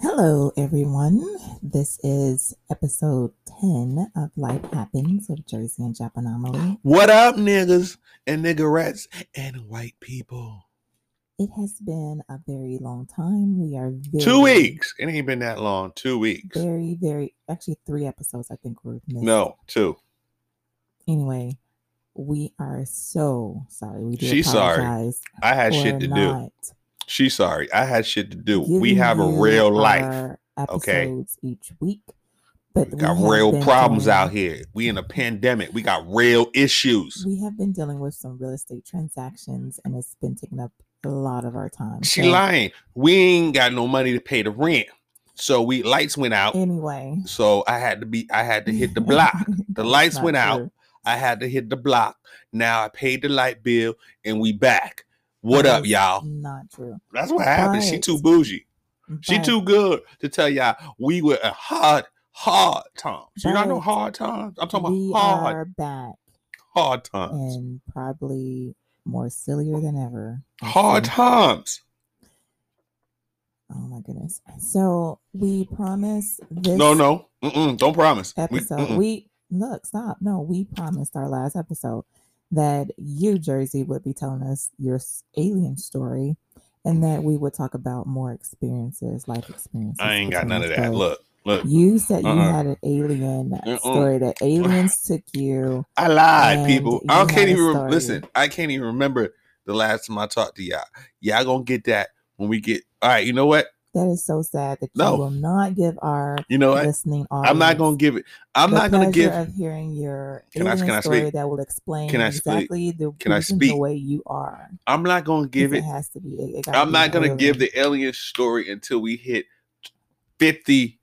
Hello, everyone. This is episode 10 of Life Happens with Jersey and Jap Anomaly. What up, niggas and niggerettes and white people? It has been a very long time. We are very, Two weeks. It ain't been that long. Two weeks. Very, very, actually, three episodes I think we've missed. No, two. Anyway, we are so sorry. We do She's sorry. apologize I had for shit to do. not She's sorry. I had shit to do. We giving have a you uh, real life. our okay? Episodes each week, but We got have real been problems doing- out here. We in a pandemic. We got real issues. We have been dealing with some real estate transactions, and it's been taking up a lot of our time. She So, lying. We ain't got no money to pay the rent. So we lights went out. Anyway, So I had to be I had to hit the block. The lights went out. I had to hit the block. Now I paid the light bill and we back. What That up, is y'all? Not true. That's what happened. She Right. too bougie. She But too good to tell y'all we were a hard, hard times. You not know But hard times? I'm talking We about hard, are back hard times. and probably more sillier than ever. Hard So- times. Oh my goodness. So we promise this. No, no. Mm-mm, don't promise. We- episode. We, mm-mm. look, stop. No, we promised our last episode that you, Jersey, would be telling us your s- alien story and that we would talk about more experiences, life experiences. I ain't got between none of us that. both. Look, look. You said you Uh-uh. had an alien Mm-mm. story that aliens took you. I lied, And people. you I had can't a even rem- story. listen. I can't even remember the last time I talked to y'all. Y'all gonna get that when we get. All right. You know what? That is so sad that No. you will not give our You know what? listening audience. I'm not gonna give it. I'm the not gonna pleasure give. of hearing your Can I- alien can I story speak? that will explain Can I speak? exactly the Can I reason the speak? way you are. I'm not gonna give it. It has to be. It, it gotta I'm be not gonna early. give the alien story until we hit 50,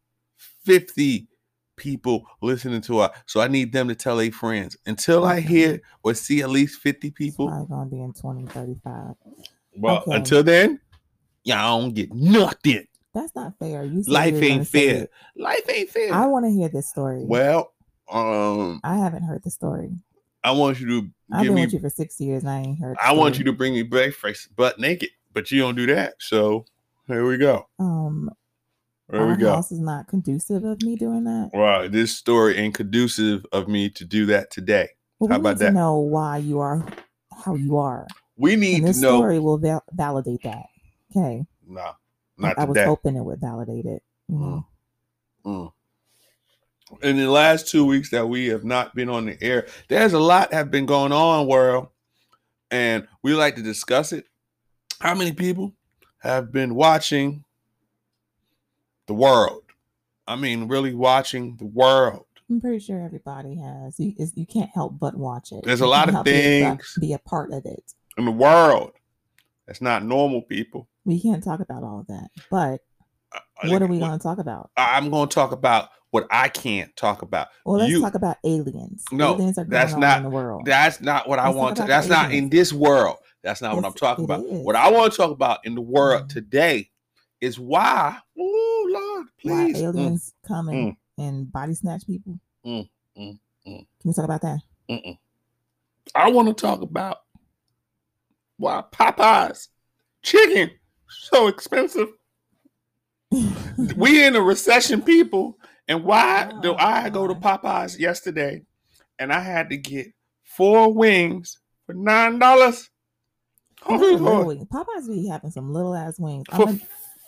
50 people listening to us. So I need them to tell their friends. Until I Okay. hear or see at least 50 It's people. probably gonna be in 2035. Well, Okay. until then, y'all don't get nothing. That's not fair. You said Life you were gonna ain't say fair. it. Life ain't fair. I want to hear this story. well, um, I haven't heard the story. I want you to I've give been me. with you for six years and I ain't heard. the I want you story. to bring me back face butt naked, but you don't do that. So here we go. Um, Here our we go. house is not conducive of me doing that. Wow, this story ain't conducive of me to do that today. Well, How we about need to that? know why you are how you are, We need and to this know. story will val- validate that. Okay, Nah, I- not I was today. hoping it would validate it. You know? Mm. In the last two weeks that we have not been on the air, there's a lot have been going on, world, and we like to discuss it. How many people have been watching the world? I mean, really watching the world. I'm pretty sure everybody has. You, is- you can't help but watch it. There's a You lot can't of help be a- things. Be a part of it. In the world, that's not normal, people. We can't talk about all of that, but I- I what are think- we going to talk about? I- I'm going to talk about what I can't talk about. Well, let's you- talk about aliens. No, aliens are going that's on not- in the world. That's not what I Let's talk want to. about That's not in aliens. this world. That's not what I'm Yes, talking it about. What is. I want to talk about in the world Mhm. today is why. Oh Lord, Why please. Mm, aliens come and, and body snatch people? Mm, mm, mm. Can we talk about that? mm-mm. I want to talk about why Popeyes chicken so expensive. we in a recession, people. And why do Oh, I go to Popeyes yesterday and I had to get four wings for nine dollars? Oh, Those are little wings. Popeyes be having some little ass wings. for, I'm a-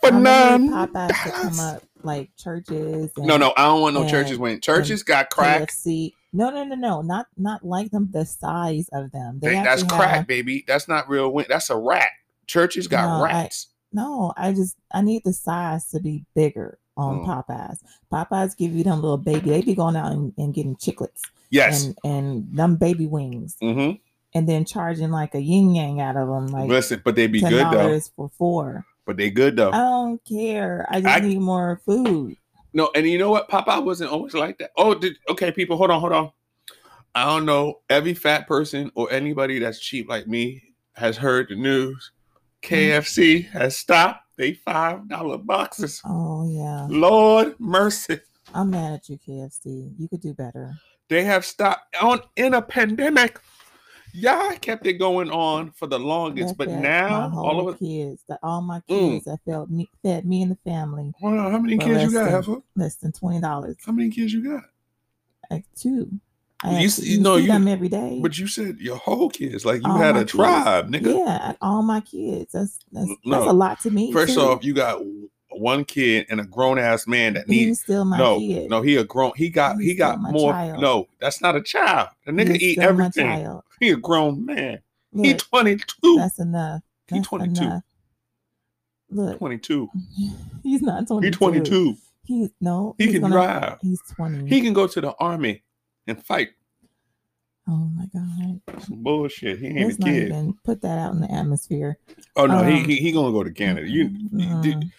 for I'm a little nine Popeyes should come dollars. up like churches. And No, no, I don't want no churches and- win. Churches got crack. KFC. No, no, no, no. Not not like them. The size of them. They They- that's actually crack, have- baby. That's not real win. That's a rat. Churches got No, I- rats. No, I just I need the size to be bigger on Mm. Popeyes. Popeyes give you them little baby. They be going out and, and getting chicklets yes. and and them baby wings, hmm and then charging like a yin yang out of them, like Listen, but they be ten good though. dollars Uh, for four. But they good though. I don't care. I just I- need more food. no, and you know what? Popeye wasn't always like that. Oh, did, okay, people, hold on, hold on. I don't know. Every fat person or anybody that's cheap like me has heard the news. Mm. KFC has stopped. They five dollar boxes. Oh yeah, Lord mercy. I'm mad at you, KFC. You could do better. They have stopped on in a pandemic. Y'all kept it going on for the That longest, but fed now my whole all of us. kids, that all my Mm. kids that fed me, fed me and the family Hold on, how many Well, kids you got, that's the- Heifer? less than twenty dollars. How many kids you got? Like two. I You had- s- no, see you- them every day. But you said your whole kids, like you All had my a kids. tribe, nigga. yeah, all my kids. That's that's, that's No. a lot to me. First too. off, you got one kid and a grown ass man that he needs was still my no, kid. no, he a grown. He got He's he got still my more. child. No, that's not a child. The He nigga was eat still my everything. child. He a grown man. he Look, twenty two. that's enough. He That's 22. enough. Look, Twenty two. he's not twenty. He twenty two. He's no. He he's can gonna- drive. He's twenty. He can go to the army and fight. oh my god. Some bullshit. He ain't Let's a not kid. even put that out in the atmosphere. oh no, he, um, he he gonna go to Canada. You, you- Mm.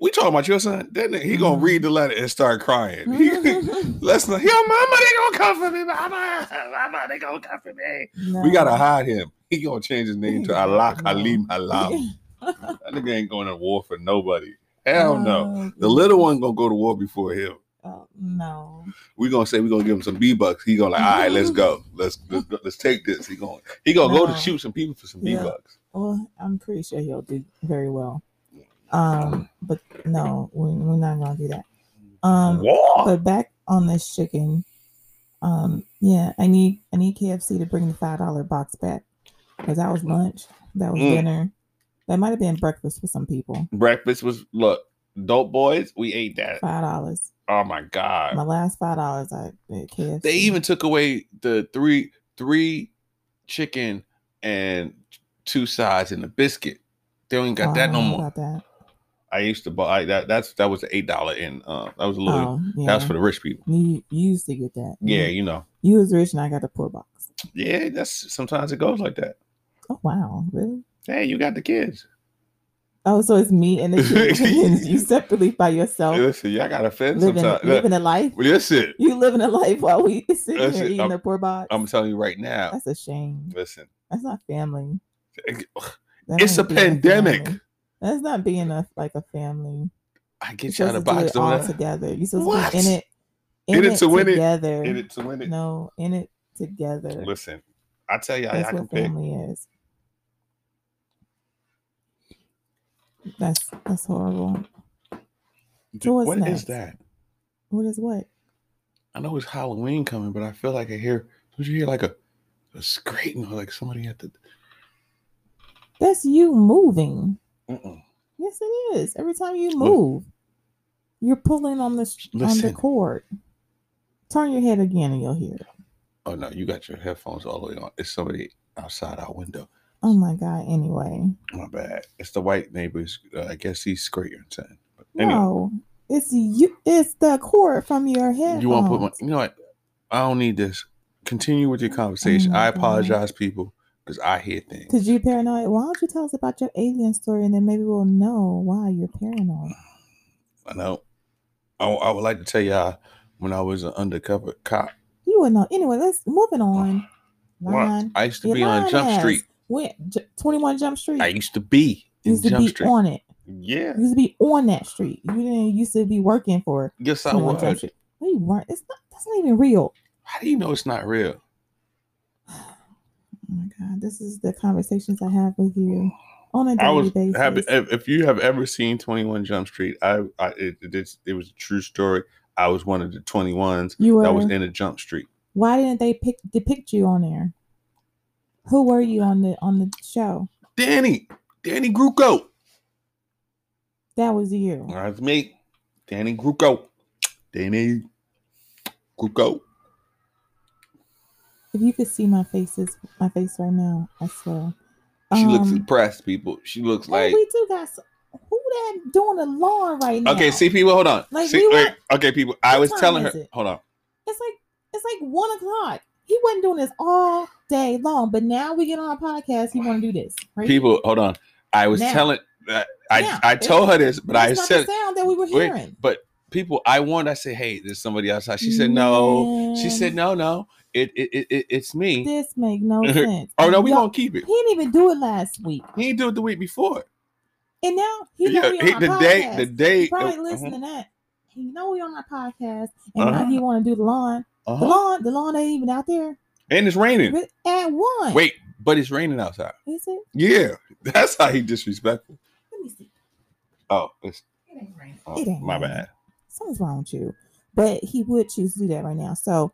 we talking about your son? That nigga, he gonna Mhm. read the letter and start crying. Mm-hmm. He- Let's not. Yo, mama, they gonna come for me, mama. Mama, they gonna come for me. We No. gotta hide him. He gonna change his name to Allah No. Khalim Allah. That nigga ain't going to war for nobody. Hell no. Oh, The little goodness. one gonna go to war before him. Oh, no. We gonna say we gonna give him some B bucks. He gonna like, all right, let's go. Let's let's, go- let's take this. He gonna he gonna go No. to shoot some people for some Yeah. B bucks. Well, I'm pretty sure he'll do very well. Um, but no, we, we're not gonna do that. Um, war. but back on this chicken. Um, yeah, I need I need KFC to bring the five dollar box back because that was lunch, that was Mm. dinner, that might have been breakfast for some people. Breakfast was look, dope boys. We ate that. Five dollars, Oh my god. my last five dollars I at KFC. They even took away the three three chicken and two sides and a biscuit. They don't even got Oh, I don't that no know more. About that. I used to buy that. That's that was the eight dollar in. Uh, that was a little. Oh, yeah. Mm-hmm. That's for the rich people. you, you used to get that. Yeah, you know. you was rich and I got the poor box. Yeah, that's sometimes it goes like that. Oh wow, really? Hey, you got the kids. Oh, so it's me and the kids. and you separately by yourself, Listen, y'all got offended Oh. living sometimes. Look, living a life. Listen, You living a life while we sitting That's here it. eating I'm- a poor box. I'm telling you right now. That's a shame. Listen, That's not family. That it's a ain't being pandemic. family. That's not being a like a family. I You're get you out supposed of to do box. it all Don't I? together. You're supposed What? to be in it. In it to win it. together. In it to win it. No, in it together. Listen, I tell y'all, y'all That's can what pick. family is. That's that's horrible. So what's What is next? that? What is what? I know it's Halloween coming, but I feel like I hear. Don't you hear like a, a scraping or like somebody at the? That's you moving. Mm-mm. Yes, it is. Every time you move, you're pulling on the sh- on the Listen. cord. Turn your head again, and you'll hear it. Oh no, you got your headphones all the way on. It's somebody outside our window. Oh my god! Anyway, My bad. It's the white neighbors. Uh, I guess he's scraping something. But anyway, no, it's you. It's the cord from your head. you want to put my? You know what? I don't need this. Continue with your conversation. Oh, my I God. apologize, people, because I hear things. Cause you paranoid. Why don't you tell us about your alien story, and then maybe we'll know why you're paranoid. I know. I, I would like to tell y'all when I was an undercover cop. You would know. Anyway, let's moving on. Line. I used to Your be on line Jump ass. Street. Went J- 21 Jump Street. I used to be in used to Jump be Street. on it. Yeah. You used to be on that street. You didn't used to be working for Yes, I 21 Jump was. Street. No, you weren't. It's not. That's not even real. How do you know it's not real? Oh my god, this is the conversations I have with you on a daily I was basis. happy. If, if you have ever seen Twenty One Jump Street, I, I it, it, it's- it was a true story. I was one of the twenty ones you were. that was in a Jump Street. why didn't they pick depict you on there? Who were you on the on the show? Danny, Danny Gruco. That was you. That's me, Danny Gruco. Danny Gruco. If you could see my faces, my face right now, I swear. She looks Um, impressed, people. She looks oh, like we do got some, who that doing the lawn right now? okay. See, people, hold on. Like, see, we wait, want- okay, people. I What was time telling her. is it? Hold on. it's like it's like one o'clock. He wasn't doing this all day long, but now we get on our podcast. He want to do this. Right? People, hold on. I was Now. telling. I Now. I, I told her this, but I That's not said the sound that we were Wait, hearing. but people, I warned. I said, "Hey, there's somebody outside." She said, "No." She said, Man, "No, no, it it, it- it it's me." This make no sense. Oh no, we Y'all- gonna keep it. He didn't even do it last week, He didn't do it the week before. and now he know yeah, we on he- our the podcast. day, the day. he probably uh-huh, listen to that. He know we on our podcast, and now Uh-huh. he want to do the lawn. The uh-huh. lawn, the lawn ain't even out there. And it's raining. But At one. Wait, but it's raining outside. Is it? Yeah, that's how he disrespectful. Let me see. Oh, it's, It ain't raining. oh, It ain't my raining. bad. Something's wrong with you. But he would choose to do that right now. So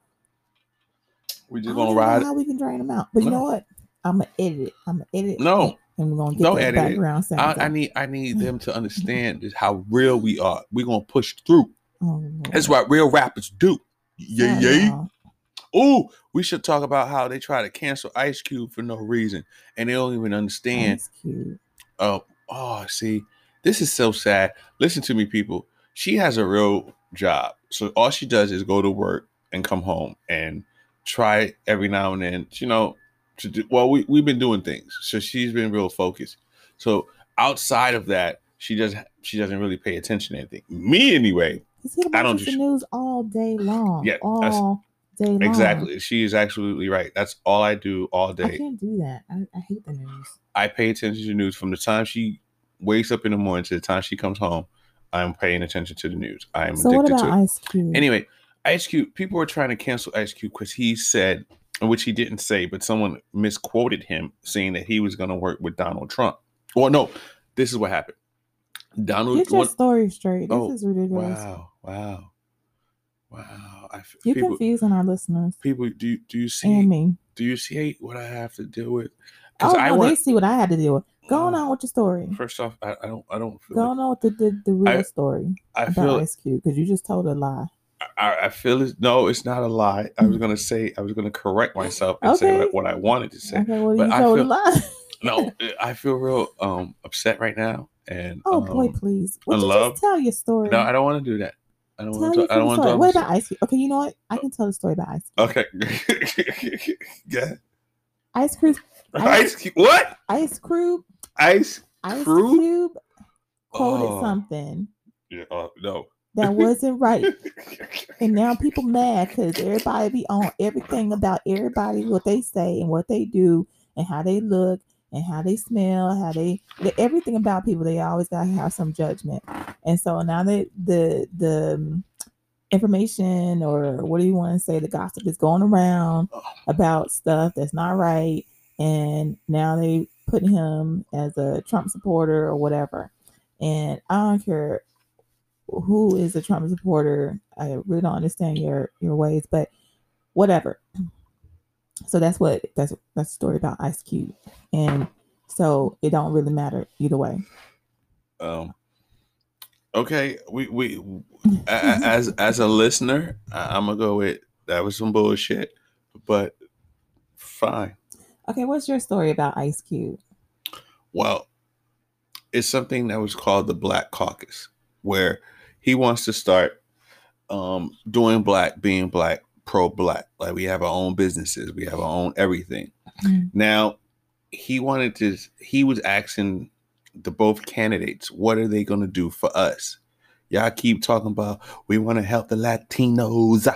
We I just don't gonna even know ride. it. How we can drain them out? But you No. know what? I'm gonna edit it. I'm gonna edit. No. it, and we're gonna get Don't the edit it. background sound. I, I need I need them to understand is how real we are. We're gonna push through. Oh, That's what real rappers do. Yeah, yeah. Ooh, we should talk about how they try to cancel Ice Cube for no reason, and they don't even understand That's cute. uh, oh, see, this is so sad. Listen to me, people. She has a real job. So all she does is go to work and come home and try every now and then, you know, to do well, we, we've been doing things. So she's been real focused. So outside of that, she doesn't she doesn't really pay attention to anything. Me anyway. 'Cause he I don't watches do the sh- news all day long. Yeah, that's- all day long. Exactly. She is absolutely right. That's all I do all I day. can't do that. I, I hate the news. I pay attention to the news from the time she wakes up in the morning to the time she comes home. I'm paying attention to the news. I am so what addicted to about it. Ice Cube? Anyway, Ice Cube, people were trying to cancel Ice Cube because he said, which he didn't say, but someone misquoted him saying that he was going to work with Donald Trump. Or no, this is what happened. Donald. Get your what- story straight. This Oh, is ridiculous. wow, wow, wow. I, f- You're people, confusing our listeners people, do you- do you see? and me. Do you see what I have to deal with? Oh, Because I no, they want. see what I had to deal with. Go on with your story. First off, I, I don't. I don't feel. Go Like, on with the, the, the real I- story I about feel. Ice Cube because you just told a lie. I, I feel it. No, it's not a lie. I was gonna say. I was gonna correct myself and say Okay. what, what I wanted to say. Okay, well, but you I told a feel- lie. no, I feel real um upset right now, and Oh boy, um, please. Would you love- just tell your story? no, I don't want to do that. I don't tell want to. your I fucking don't want to story. talk. What about about Ice Cube? Okay, you know what? I can tell the story about Ice Cube. Okay, yeah. Ice Cube. Ice- Ice Cube. What? Ice Cube. Ice? Ice Cube? Cube quoted Oh. something Yeah, uh, no. that wasn't right, and now people mad because everybody be on everything about everybody, what they say and what they do, and how they look and how they smell, how they the- everything about people. They always gotta have some judgment, and so now that the the um, information or what do you want to say, the gossip is going around about stuff that's not right, and now they put him as a Trump supporter or whatever. And I don't care who is a Trump supporter. I really don't understand your your ways, but whatever. So that's what that's that's the story about Ice Cube, and so it don't really matter either way. um. Okay, we we a- a- as as a listener, I, I'm gonna go with that was some bullshit, but fine. Okay, what's your story about Ice Cube? Well, it's something that was called the Black Caucus, where he wants to start um, doing black, being black, pro black. Like we have our own businesses, we have our own everything. Mm. Now, he wanted to, he was asking the both candidates, what are they going to do for us? Y'all keep talking about we want to help the Latinos.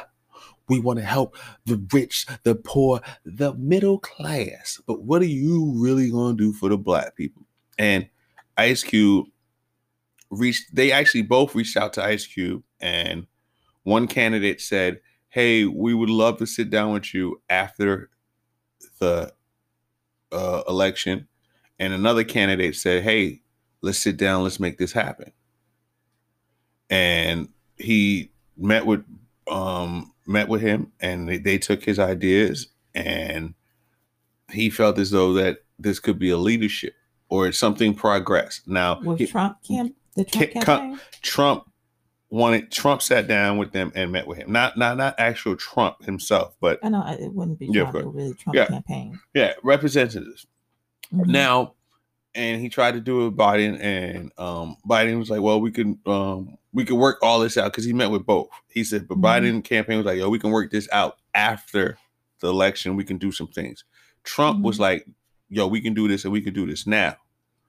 We want to help the rich, the poor, the middle class. But what are you really going to do for the black people? And Ice Cube reached, they actually both reached out to Ice Cube. And one candidate said, Hey, we would love to sit down with you after the uh, election. And another candidate said, Hey, let's sit down, let's make this happen. And he met with um met with him and they, they took his ideas and he felt as though that this could be a leadership or something progress. Now With he- Trump camp, the Trump Ca- ca- campaign. Trump wanted Trump sat down with them and met with him. Not not not actual Trump himself, but I know I- it wouldn't be Yeah, Trump. of it would be the Trump Yeah. campaign. yeah, representatives. Mhm. Now, and he tried to do it with Biden, and um, Biden was like, "Well, we can um, we can work all this out," because he met with both. He said, "But Mhm. Biden campaign was like, yo, we can work this out after the election. We can do some things." Trump was Mhm. like, "Yo, we can do this, and we can do this now."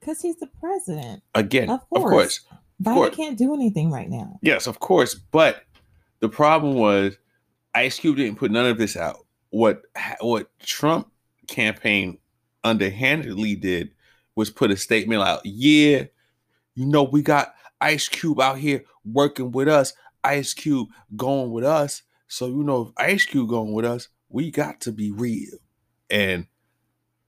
Cause he's the president. Again, Of Of course. course. Biden course. can't do anything right now. Yes, of course. But the problem was Ice Cube didn't put none of this out. What ha- what Trump campaign underhandedly did was put a statement out. Yeah, you know we got Ice Cube out here working with us. Ice Cube going with us. So you know if Ice Cube going with us, we got to be real. And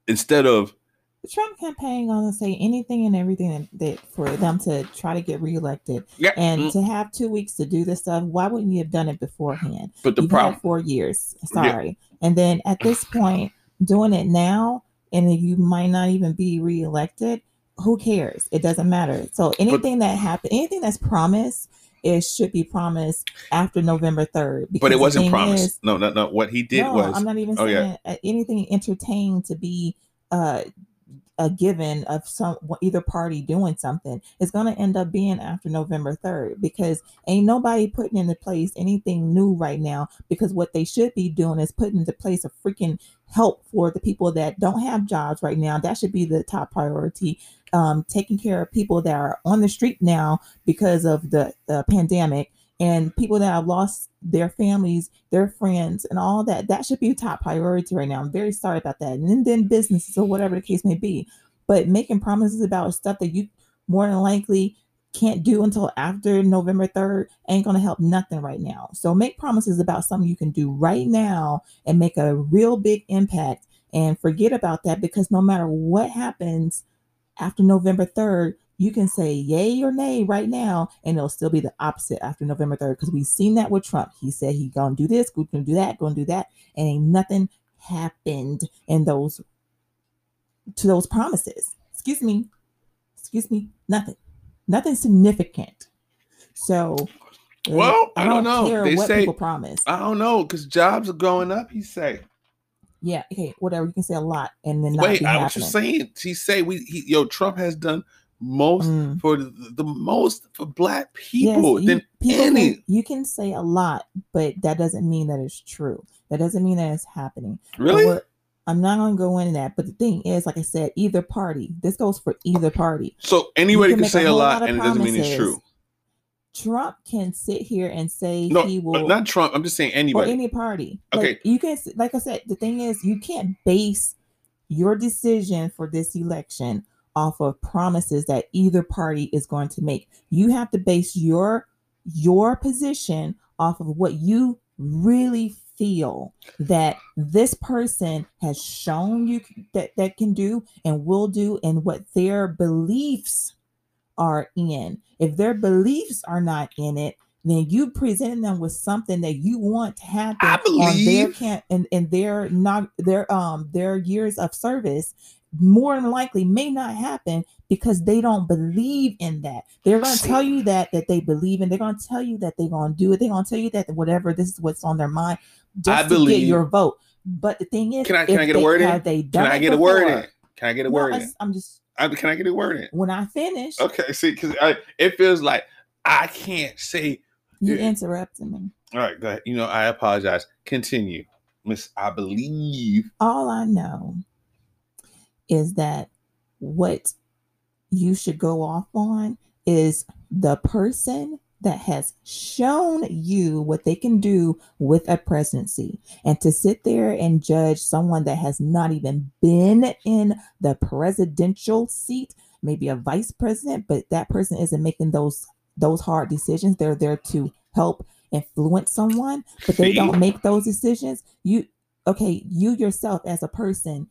instead of The Trump campaign gonna say anything and everything that, that for them to try to get reelected yeah, and mm, to have two weeks to do this stuff. Why wouldn't you have done it beforehand? but the You've problem had four years. Yeah. Sorry. And then at this point, doing it now, and if you might not even be reelected, who cares? It doesn't matter. So anything that happened, anything that's promised, it should be promised after November third. but it wasn't promised. no, no, no. What he did no, was I'm not even oh, yeah. saying uh anything entertained to be uh, a given of some either party doing something. It's going to end up being after November 3rd because ain't nobody putting into place anything new right now because what they should be doing is putting into place a freaking help for the people that don't have jobs right now. That should be the top priority. Um, taking care of people that are on the street now because of the, the pandemic and people that have lost their families, their friends, and all that. That should be top priority right now. I'm very sorry about that. And then, then businesses or whatever the case may be. But making promises about stuff that you more than likely can't do until after November 3rd ain't going to help nothing right now. So make promises about something you can do right now and make a real big impact and forget about that because no matter what happens after November 3rd, you can say yay or nay right now, and it'll still be the opposite after November 3rd. Because we've seen that with Trump. He said he gonna do this, gonna do that, gonna do that, and ain't nothing happened in those to those promises. Excuse me. Excuse me. Nothing. Nothing significant. So uh, Well, I don't know. care They what say- people promise. I don't know because jobs are going up. He say, yeah, okay, whatever. You can say a lot and then not "Wait, be I happening. was just saying." He say, "We he, yo Trump has done most Mm. for the, the most for black people Yes, than can- any- you can say a lot, but that doesn't mean that it's true. That doesn't mean that it's happening. But really." what- I'm not going to go into that. But the thing is, like I said, either party. This goes for either party. So anybody can can make a say a whole lot, lot of and it doesn't mean it's promises. true. Trump can sit here and say No, he but will not Trump. I'm just saying or anybody. any party. Okay. Like, you can, s- like I said, the thing is, you can't base your decision for this election off of promises that either party is going to make. You have to base your your position off of what you really feel that this person has shown you c- that that can do and will do and what their beliefs are in. If their beliefs are not in it, then you presenting them with something that you want to happen I on their believe- camp and, and their not their um their years of service more than likely may not happen because they don't believe in that. They're gonna See- tell you that that they believe in. They're gonna tell you that they're gonna do it. They're gonna tell you that whatever this is what's on their mind just I to believe- get your vote. But the thing is, Can I- can if I get a they- word in? have they Can done I it get a word before? in? Can I get a No, word I in? s- I'm just I, can I get a word in? when I finish, Okay, see, because it feels like I can't say. you yeah. interrupting me. All right, go ahead. You know, I apologize. Continue, Miss. I believe. all I know is that what you should go off on is the person that has shown you what they can do with a presidency. And to sit there and judge someone that has not even been in the presidential seat, maybe a vice president, but that person isn't making those those hard decisions. They're there to help influence someone, but they See? don't make those decisions. You okay, you yourself as a person,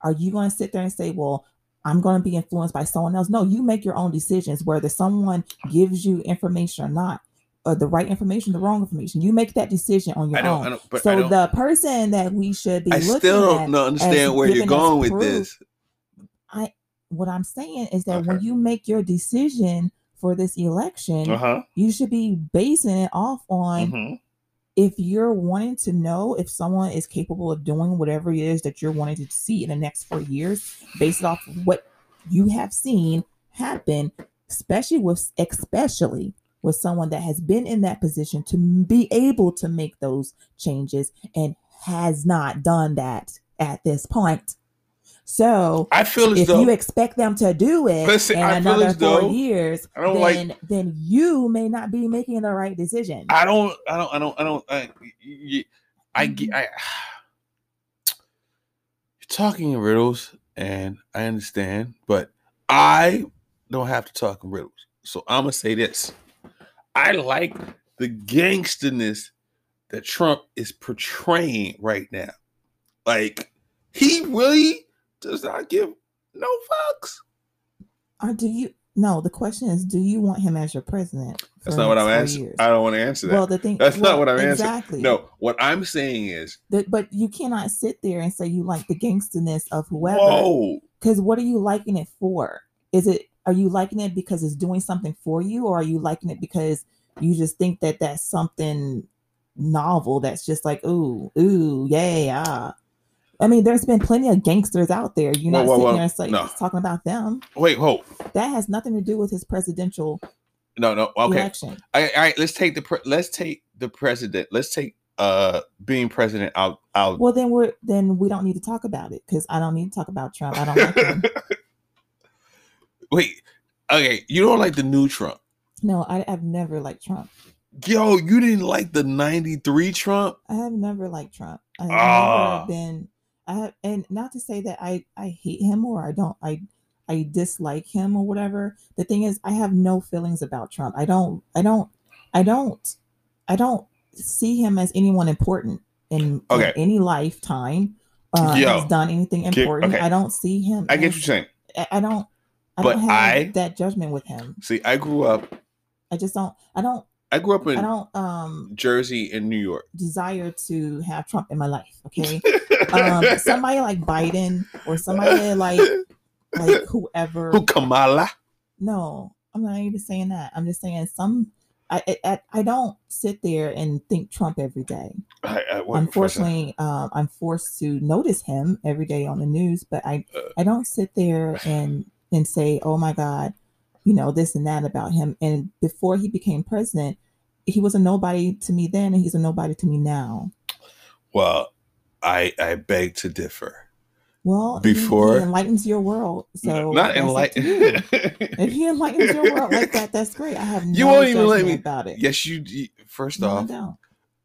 are you going to sit there and say, well, I'm going to be influenced by someone else? No, you make your own decisions, whether someone gives you information or not, or the right information, the wrong information. You make that decision on your I don't. own. I don't. But I so don't. the person that we should be I looking still at, don't know- understand where you're giving us going with proof. this. what I'm saying is that when Okay. you make your decision for this election, Uh huh. you should be basing it off on hmm if you're wanting to know if someone is capable of doing whatever it is that you're wanting to see in the next four years, based off of what you have seen happen, especially with especially with someone that has been in that position to be able to make those changes and has not done that at this point. So I feel as if though you expect them to do it Listen, in I feel another as four though- years, I don't like- then then you may not be making the right decision. I don't. I don't. I don't. I don't. I. y- I. Mm-hmm. ge- I- You're talking in riddles, and I understand, but I don't have to talk in riddles. So I'm gonna say this: I like the gangsterness that Trump is portraying right now. Like he really does not give no fucks. Or do you? No, the question is, do you want him as your president? for That's the not what next I'm four answering. years? I don't want to answer that. well, the thing. That's not well, what I'm answering. Exactly. no, what I'm saying is, The- but you cannot sit there and say you like the gangsterness of whoever. whoa, Because what are you liking it for? Is it? Are you liking it because it's doing something for you, or are you liking it because you just think that that's something novel? That's just like ooh, ooh, yeah. ah. I mean, there's been plenty of gangsters out there. You're Whoa, not whoa, sitting whoa. there and say, No. talking about them. wait, hold, That has nothing to do with his presidential no, no, okay, election. all right, all right, let's take the pre- let's take the president, let's take uh being president out out. Well, then we're then we don't need to talk about it because I don't need to talk about Trump. I don't like him. wait, okay, you don't like the new Trump, No, I, I've never liked Trump. yo, you didn't like the '93 Trump. I have never liked Trump. I have Ah. never been. I have, and not to say that I I hate him or I don't I I dislike him or whatever. The thing is, I have no feelings about Trump. I don't I don't I don't I don't see him as anyone important in, in Okay. any lifetime. Uh, Yo. has done anything Get- important. okay. I don't see him. I get as- what you're saying. I, I don't. I But don't have I- that judgment with him. See, I grew up, I just don't. I don't. I grew up I in don't um Jersey and New York. desire to have Trump in my life. Okay. Um, somebody like Biden or somebody like like whoever. Who Kamala? No, I'm not even saying that. I'm just saying some. I I- I, I don't sit there and think Trump every day. I, I, wait, first of Unfortunately, um, I'm forced to notice him every day on the news, but I Uh. I don't sit there and and say, oh my God, you know this and that about him. And before he became president, he was a nobody to me then, and he's a nobody to me now. all, Well, I I beg to differ. Well, he- he Before- enlightens your world, so not that's up to enlightened. you. if he enlightens your world like that, that's great. I have no You won't even let judgment me- about it. yes, you. you- First No, I off, don't.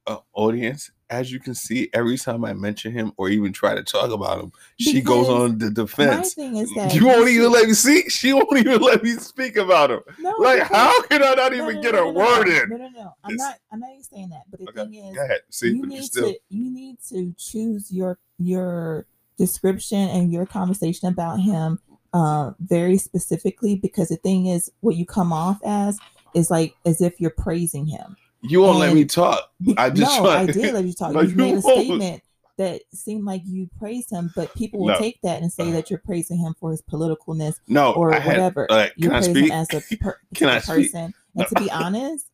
uh, audience, as you can see, every time I mention him or even try to talk about him, she goes Because on the My defense. thing is that You won't even should- let me see. She won't even let me speak about him. No, Like, because- how can I not Oh, No, even no, get no, a no, no, word no, in? No, no, no. I'm It's- not. I'm not even saying that. But the Okay, thing is, Go ahead. See, you but you're need still. to you need to choose your your description and your conversation about him uh, very specifically because the thing is, what you come off as is like as if you're praising him. You won't let me and- talk. Be- I just no, want- I did let you talk. No, you you made a won't. statement that seemed like you praised him, but people will No. take that and say that you're praising him for his politicalness No, or I had. whatever. uh, you can I praise speak? him as a, per- Can I as a speak? person. And to be honest,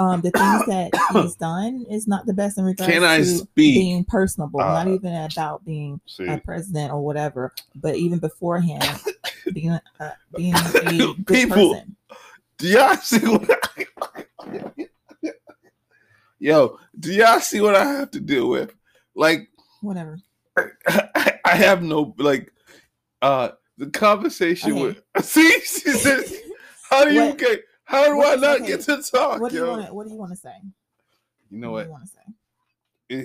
um, the things that he's done is not the best in regards Can I to speak? being personable. not Uh, even about being See, a president or whatever, but even beforehand, being uh, being a good People- person. do y'all see what? I, yo, do y'all see what I have to deal with? Like, Whatever. I, I have no like. uh The conversation Okay. with. See, she says, "How do you What- get? How do I what- not okay. get to talk?" What do you yo? want? to What do you want to say? You know What do you what? want to say?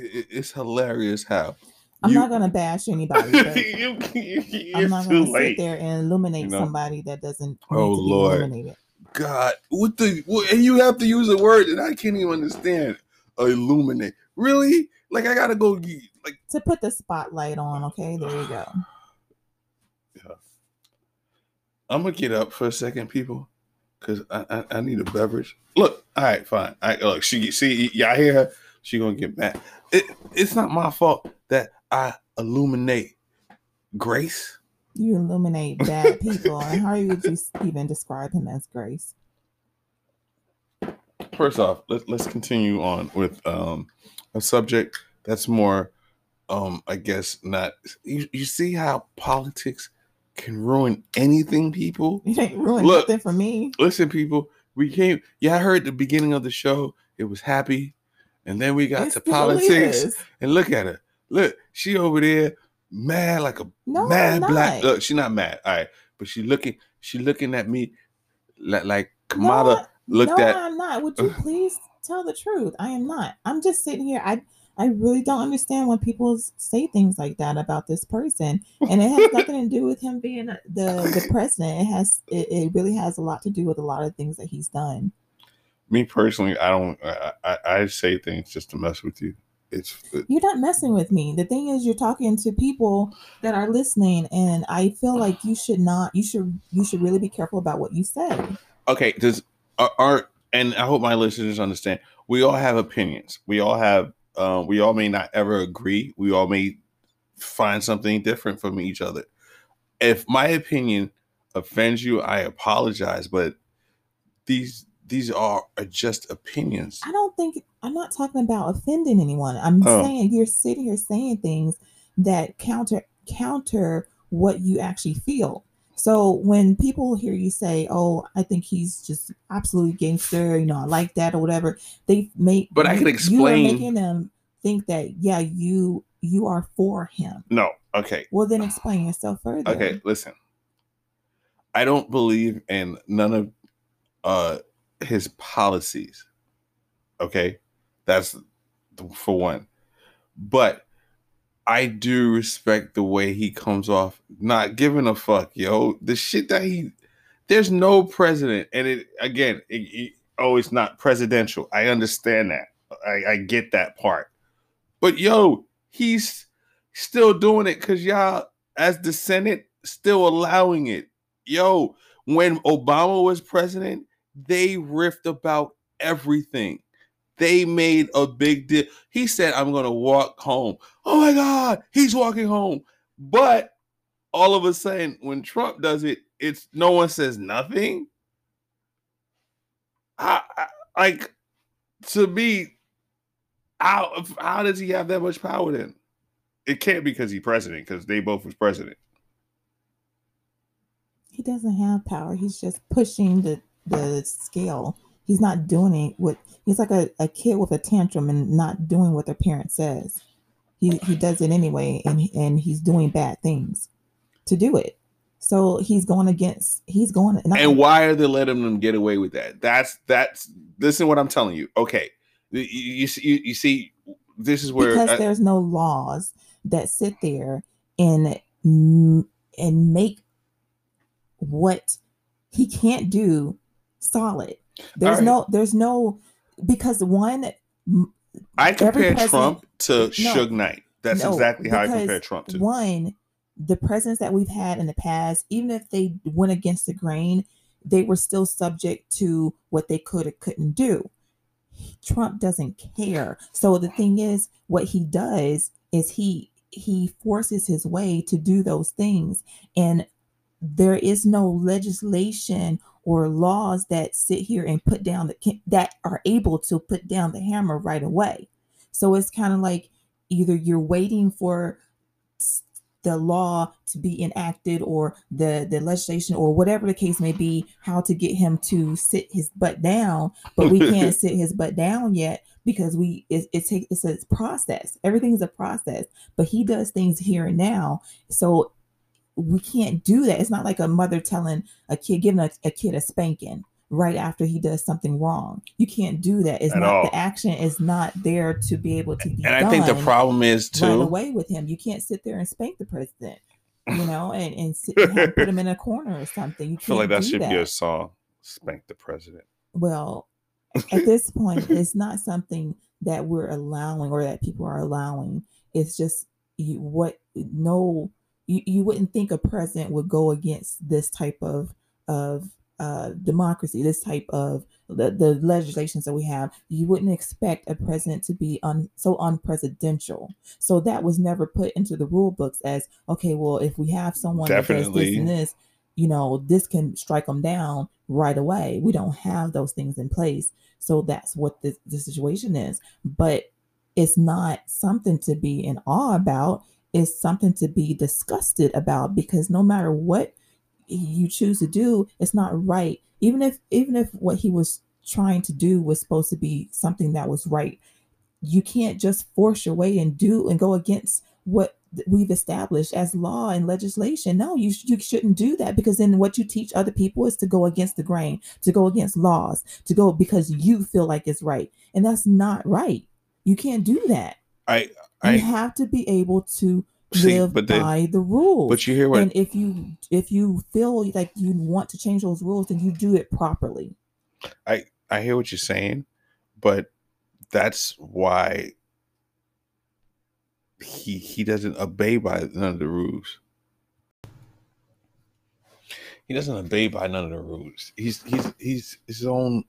It, it, it's hilarious how I'm you, not gonna bash anybody. but you, you, I'm it's not gonna too sit late. there and illuminate you know? somebody that doesn't need Oh, to be Lord. illuminated. God, what the? What, and you have to use a word that I can't even understand. Illuminate, really? Like I gotta go. ye- Like To put the spotlight on, okay, there you go. I'm gonna get up for a second, people, because I, I I need a beverage. Look, all right, fine. I look. She see y'all hear her. She gonna get mad. It it's not my fault that I illuminate grace. You illuminate bad people, and how would you even describe him as grace? First off, let's let's continue on with um a subject that's more um I guess not. You you see how politics can ruin anything, people. It ain't ruined Look. nothing for me. listen, people, we came. Yeah, I heard the beginning of the show. It was happy, and then we got It to still politics. is. And look at her. Look, she over there, mad like a No, mad I'm not. black. Look, she not mad. All right, but she looking. She looking at me like like No, Kamada I- looked no, at. I'm not. Would you please tell the truth? I am not. I'm just sitting here. I I really don't understand when people s- say things like that about this person, and it has nothing to do with him being the the president. It has it, it really has a lot to do with a lot of things that he's done. me personally, I don't. I, I, I say things just to mess with you. It's it, You're not messing with me. The thing is, you're talking to people that are listening, and I feel like you should not. You should. You should really be careful about what you say. okay. Does are, are and I hope my listeners understand. We all have opinions. We all have. Uh, we all may not ever agree. We all may find something different from each other. If my opinion offends you, I apologize. But these these are, are just opinions. I don't think I'm not talking about offending anyone. I'm Oh. saying you're sitting here saying things that counter counter what you actually feel. So when people hear you say, "Oh, I think he's just absolutely gangster," you know, I like that or whatever, they make. But I you- can explain- You are making them think that yeah, you you are for him. No. Okay. Well, then explain yourself further. Okay. Listen. I don't believe in none of uh his policies. Okay? That's th- for one. But I do respect the way he comes off, not giving a fuck, yo. The shit that he there's no president and it again, it, it- oh, it's not presidential. I understand that. I, I get that part. But yo, he's still doing it cuz y'all as the Senate still allowing it. Yo, when Obama was president, they riffed about everything. They made a big deal. He said, I'm going to walk home. Oh my God, he's walking home. But all of a sudden, when Trump does it, it's no one says nothing. I, I- like, to me, how, how does he have that much power then? It can't be because he's president, because they both was president. He doesn't have power. He's just pushing the the scale. He's not doing it with. He's like a, a kid with a tantrum and not doing what their parent says. He he does it anyway, and and he's doing bad things to do it. So he's going against. He's going. Not, and why are they letting them get away with that? That's that's listen what I'm telling you. Okay, you you, see- you, you see, this is where because I- there's no laws that sit there and m- and make what he can't do solid. There's right. no there's no because one m- I, compare every president- Trump to No. Suge Knight. That's No, exactly how I because compare Trump to. one the presidents that we've had in the past even if they went against the grain they were still subject to what they could or couldn't do trump doesn't care so the thing is what he does is he he forces his way to do those things and there is no legislation or laws that sit here and put down the that are able to put down the hammer right away so it's kind of like either you're waiting for s- the law to be enacted or the the legislation or whatever the case may be how to get him to sit his butt down but we can't sit his butt down yet because we it, it takes it's a process everything's a process but he does things here and now so we can't do that it's not like a mother telling a kid giving a, a kid a spanking right after he does something wrong you can't do that it's At not all. the action is not there to be able to be And I think the done problem is run too. away with him. You can't sit there and spank the president, you know, and and sit, and have- put him in a corner or something. You I feel like can't that do should be a song. Spank the president. well. At this point, it's not something that we're allowing or that people are allowing. It's just you, what no, you, you wouldn't think a president would go against this type of of uh, democracy, this type of the, the legislations that we have, you wouldn't expect a president to be un, so unpresidential. So that was never put into the rule books as okay, well, if we have someone that does this Definitely. and this, you know, this can strike them down right away. We don't have those things in place. So that's what the, the situation is. But it's not something to be in awe about. It's something to be disgusted about because no matter what you choose to do it's not right even if even if what he was trying to do was supposed to be something that was right you can't just force your way and do and go against what th- we've established as law and legislation no you, sh- you shouldn't do that because then what you teach other people is to go against the grain to go against laws to go because you feel like it's right and that's not right you can't do that I you I have to be able to see, live but then by the rules but you hear what and if you if you feel like you want to change those rules then you do it properly I hear what you're saying, but that's why he he doesn't obey by none of the rules. He doesn't obey by none of the rules. He's he's he's his own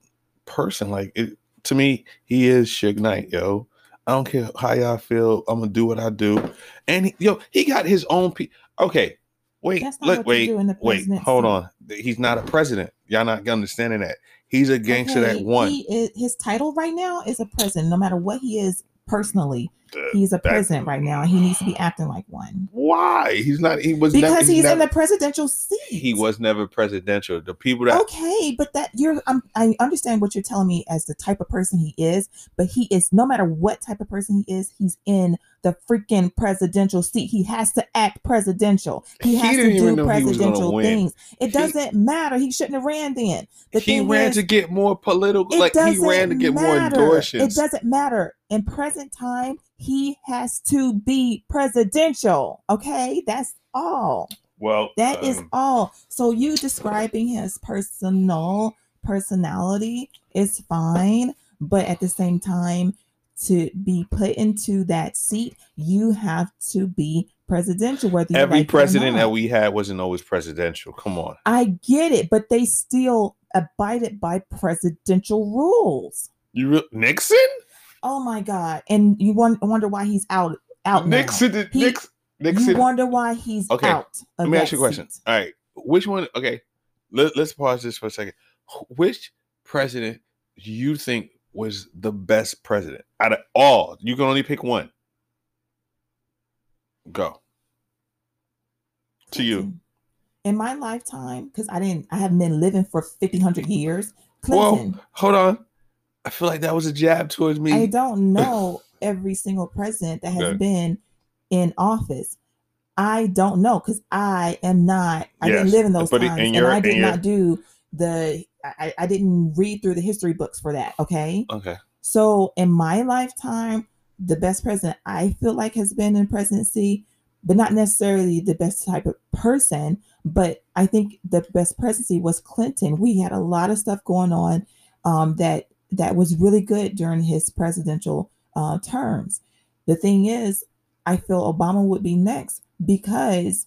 person. Like it, to me, he is Suge Knight, yo. I don't care how y'all feel. I'm gonna do what I do, and he, yo, he got his own. Pe- okay, wait, That's not look, what you wait, do in the wait, presidency. hold on. He's not a president. Y'all not understanding that. He's a gangster Okay, that won. He is, his title right now is a president. No matter what he is personally, Th- he's a that- president right now, and he needs to be acting like one Why? He's not. He was never, because he's in never- the Oh, presidential seat. He was never presidential. The people that Okay, but that you're, um, I understand what you're telling me as the type of person he is, but he is, no matter what type of person he is, he's in the freaking presidential seat. He has to act presidential. He He has didn't to even do know he was gonna presidential win. things. It He- doesn't matter. He shouldn't have ran then. The he thing ran is, to get more political. it Like he doesn't ran to get more matter. It endorsements. doesn't matter. In present time, he has to be presidential. Okay, that's all. Well, That is um, all. So you describing his personal personality is fine, but at the same time, to be put into that seat, you have to be presidential. Whether you every like it or president not. that we had wasn't always presidential. Come on. I get it, but they still abided by presidential rules. You re- Nixon? Oh my god! And you won- wonder why he's out out now. Nixon did He- Nix, You Nixon. wonder why he's Okay, out. Let of me that ask you a question. seat. All right. Which one okay. Let, let's pause this for a second. Which president do you think was the best president out of all? You can only pick one. Go. To you. Clinton. In my lifetime, because I didn't, I haven't been living for 50, 100 years. Well, Clinton, Hold on. I feel like that was a jab towards me. I don't know every single president that has Okay. been in office. I don't know because I am not, I didn't Yes, live in those but in- times. in And your- I in did your- not do the, I, I- I didn't read through the history books for that. Okay. Okay. So in my lifetime, the best president I feel like has been in presidency, but not necessarily the best type of person. But I think the best presidency was Clinton. We had a lot of stuff going on um, that that was really good during his presidential uh, terms. The thing is, I feel Obama would be next because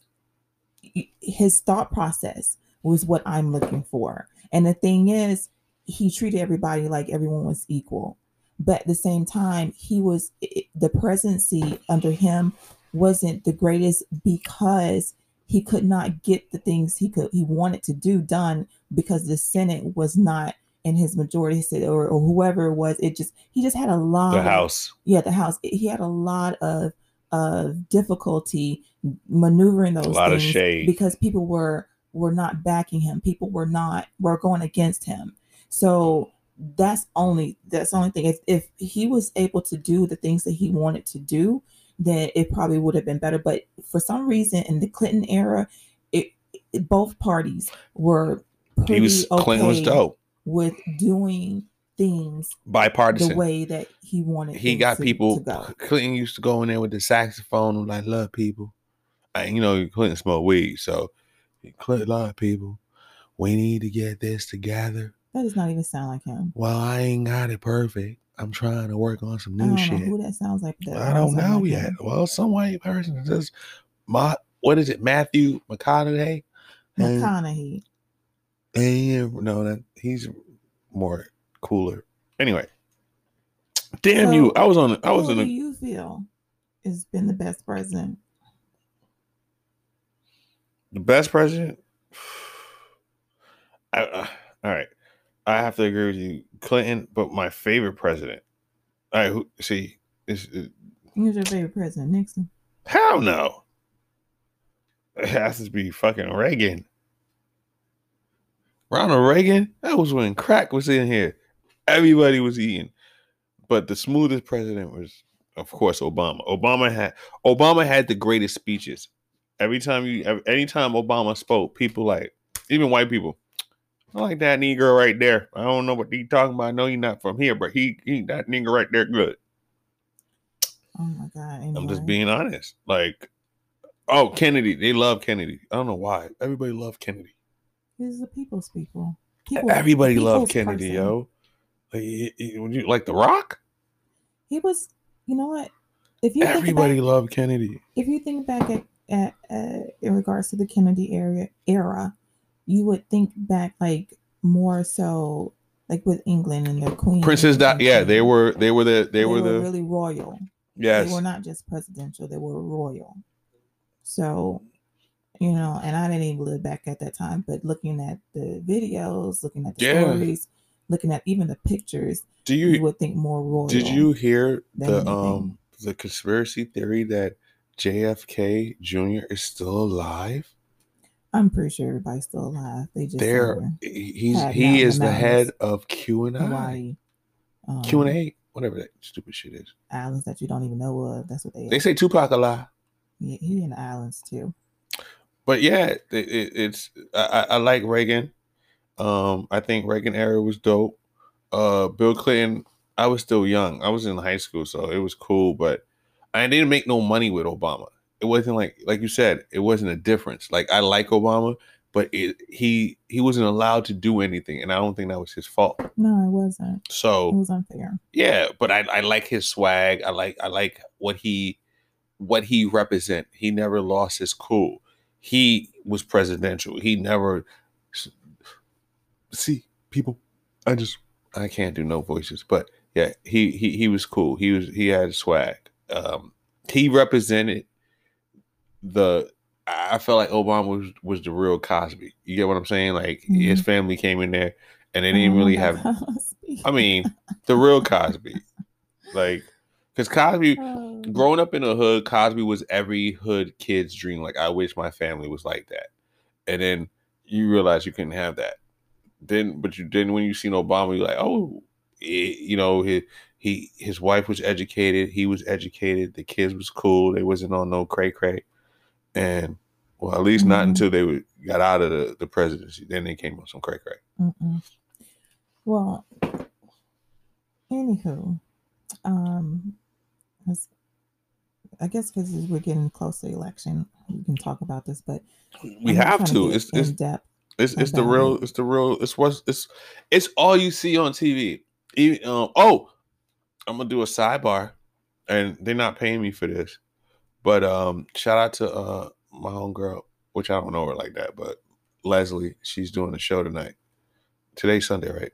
his thought process was what I'm looking for. And the thing is, he treated everybody like everyone was equal. But at the same time, he was i- i- the presidency under him wasn't the greatest because he could not get the things he could he wanted to do done because the Senate was not in his majority said or, or whoever it was. It just he just had a lot The of- House. yeah, the house. He had a lot of of difficulty maneuvering those A lot of things shade. because people were were not backing him. People were not were going against him. So that's only that's the only thing. If if he was able to do the things that he wanted to do, then it probably would have been better. But for some reason, in the Clinton era, it, it- both parties were pretty He was okay Clinton was dope. with doing things the Bipartisan. way that he wanted. he things got to- people. to go. Clinton used to go in there with the saxophone and like love people. And you know, Clinton smoked weed, so Clinton love people. We need to get this together. That does not even sound like him. Well, I ain't got it perfect. I'm trying to work on some I new don't shit. know who that sounds like. but that I don't doesn't sound know like yet. him. Well, some white person just my what is it, Matthew McConaughey? And- McConaughey. And no, that he's more cooler. Anyway, damn you! So, I was on. I was who in. do A, you feel has been the best president? the best president. I, uh, all right, I have to agree with you, Clinton. But my favorite president. All right, who, see, is is- Who's your favorite president? Nixon. hell no. It has to be fucking Reagan. Ronald Reagan. That was when crack was in here. Everybody was eating, but the smoothest president was, of course, Obama. Obama had Obama had the greatest speeches. Every time you, ev- anytime Obama spoke, people like, even white people, I like that nigga right there. I don't know what he talking about. I know he not from here, but he, he that nigga right there good. Oh my God. I'm just anyway. being honest. Like, oh, Kennedy. They love Kennedy. I don't know why. Everybody loved Kennedy. He's the people's people. People Everybody loved people's Kennedy, person. yo. Like, he- he- would you- like The Rock? He was, you know what? If you think about, Everybody loved Kennedy. if you think back at, at uh, in regards to the Kennedy area era, you would think back like more so like with England and their queen. Princess Di- Yeah, they were. They were the. They, they were, the. really royal. yes. They were not just presidential, they were royal. So, you know, and I didn't even live back at that time, but looking at the videos, looking at the Yeah. stories, looking at even the pictures, Do you, you? would think more royal. Did you hear than the anything. um the conspiracy theory that JFK Jr. is still alive? I'm pretty sure everybody's still alive. They just There, somewhere. he- he's Had he mountain is the mountains. head of Q and I. Hawaii. Um, Q and A, whatever that stupid shit is. Islands that you don't even know of. That's what they. They say Tupac alive. Yeah, he in the islands too. but yeah, it, it, it's I, I I like Reagan. Um, I think Reagan era was dope. Uh, Bill Clinton, I was still young. I was in high school, so it was cool. But I didn't make no money with Obama. It wasn't like like you said, it wasn't a difference. Like I like Obama, but it, he he wasn't allowed to do anything, and I don't think that was his fault. No, it wasn't. It So was unfair. yeah, but I, I like his swag. I like I like what he what he represent. He never lost his cool. He was presidential. He never see people. I just I can't do no voices, but yeah, he he he was cool. He was he had swag. Um, he represented the. I I felt like Obama was was the real Cosby. You get what I'm saying? Like his family came in there and they didn't Mm-hmm. really have I mean, the real Cosby. Like, because Cosby, Oh. growing up in the hood, Cosby was every hood kid's dream. Like, I wish my family was like that. And then you realize you couldn't have that. Then, but you then when you seen Obama, you're like, oh, eh, you know, his he his wife was educated, he was educated, the kids was cool, they wasn't on no cray cray, and well, at least not Mhm. until they were, got out of the, the presidency. Then they came on some cray cray. Mm-mm. Well, anywho, um, let's- I guess because we're getting close to the election, we can talk about this, but We I'm not have trying to. get It's in it's depth. It's it's the about real. it. It's the real. It's what's it's it's all you see on TV. Even um, oh, I'm gonna do a sidebar, and they're not paying me for this, but um, shout out to uh my homegirl, which I don't know her like that, but Leslie, she's doing a show tonight. Today's Sunday, right?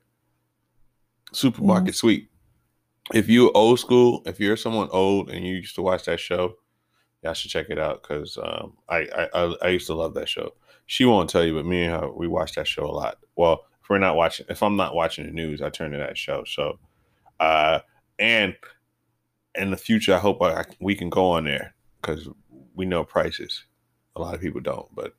Supermarket Sweep. If you old school, if you're someone old and you used to watch that show, y'all should check it out because um, I, I I I used to love that show she won't tell you, but me and her, we watch that show a lot. Well, if we're not watching, if I'm not watching the news, I turn to that show. So, uh, and in the future, I hope I, we can go on there because we know prices. A lot of people don't, but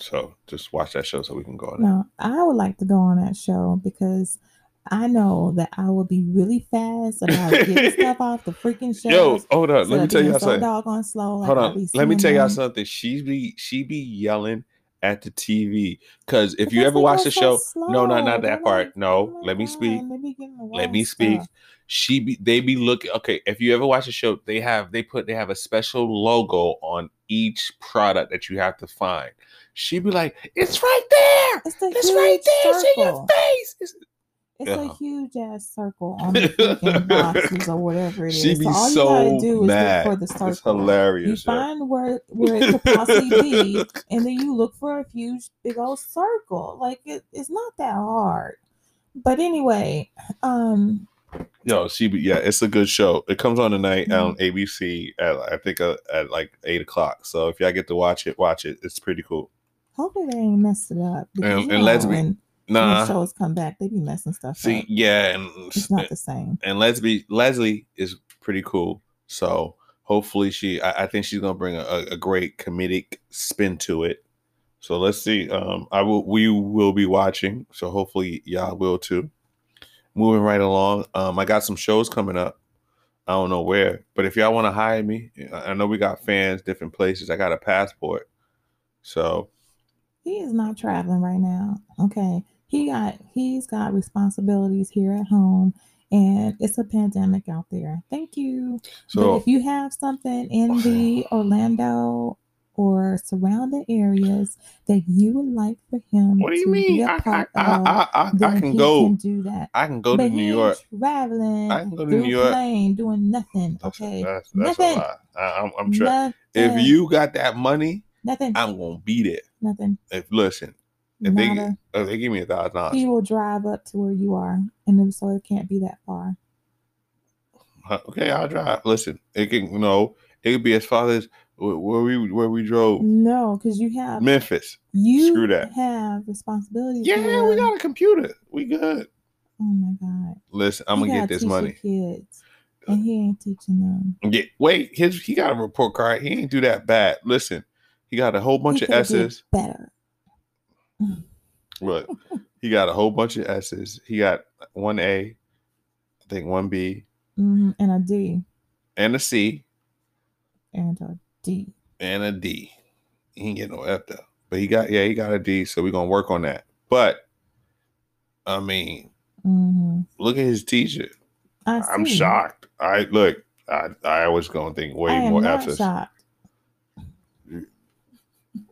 so just watch that show so we can go on there. No, I would like to go on that show because I know that I will be really fast about getting stuff off the freaking show. Yo, hold up. instead Uh, Let me of tell being y'all so something. Doggone slow. like Hold I'll on. be Let me tell y'all swimming. something. She be she be yelling at the TV because if But you that's ever because watch I'm the so show, no, not slow. not that I'm part. like, No, oh my let me God, speak. Let me, get in the Let wrong me speak. stuff. She be they be looking okay. If you ever watch the show, they have they put they have a special logo on each product that you have to find. She be like, it's right there, It's, a it's huge right there, it's in your circle. face. It's- It's Yeah. a huge ass circle on the freaking boxes or whatever it is. She be so all you so gotta do mad. is look for the circle. It's You hilarious. yo. find where where it could possibly be, and then you look for a huge big old circle. Like it, it's not that hard. But anyway, um, Yo, she be yeah, it's a good show. It comes on tonight Mm-hmm. on ABC at I think uh, at like eight o'clock. So if y'all get to watch it, watch it. It's pretty cool. hopefully they ain't messed it up. Because, And- you and know, let's be- when, when Nah, shows come back, they be messing stuff see, up. yeah, and It's not the same. and Leslie Leslie is pretty cool. So hopefully she, I, I think she's gonna bring a, a a great comedic spin to it. So let's see. Um, I will. We will be watching. So hopefully y'all will too. Moving right along. Um, I got some shows coming up. I don't know where, but if y'all want to hire me, I I know we got fans different places. I got a passport, so He is not traveling right now. Okay. He got he's got responsibilities here at home and it's a pandemic out there. Thank you. so but if you have something in the Orlando or surrounding areas that you would like for him What do you to be mean? a I, I, part I, of, I, I, then I can he go. can do that. I can go to But New he ain't York. Traveling. I can go to through New York. Plane, doing nothing. That's, okay. that's, that's a Nothing. lie. I, I'm, I'm tra- nothing. If you got that money, nothing, I'm gonna be there. nothing. If listen, if they Nada. if they give me a thousand dollars, He will drive up to where you are, and then so it can't be that far. okay, I'll drive. Listen, it can you know it could be as far as where where we where we drove No, because you have Memphis. you Screw that. have responsibilities. Yeah, we for- got a computer. We good. Oh my god, Listen, I'm You gonna gotta get this teach your money. Uh, Kids, and he ain't teaching them. Yeah, wait, his he got a report card. He ain't do that bad. Listen, he got a whole bunch He of coulda did S's. Better. Look, he got a whole bunch of S's. He got one A, I think one B, Mhm, And a D, and a C, and a D. and a D. He ain't get no F though. But he got yeah, he got a D, so we're gonna work on that. But I mean, Mhm. look at his teacher. I I'm see. shocked. I look, I I was gonna think way I am more not F's. shocked.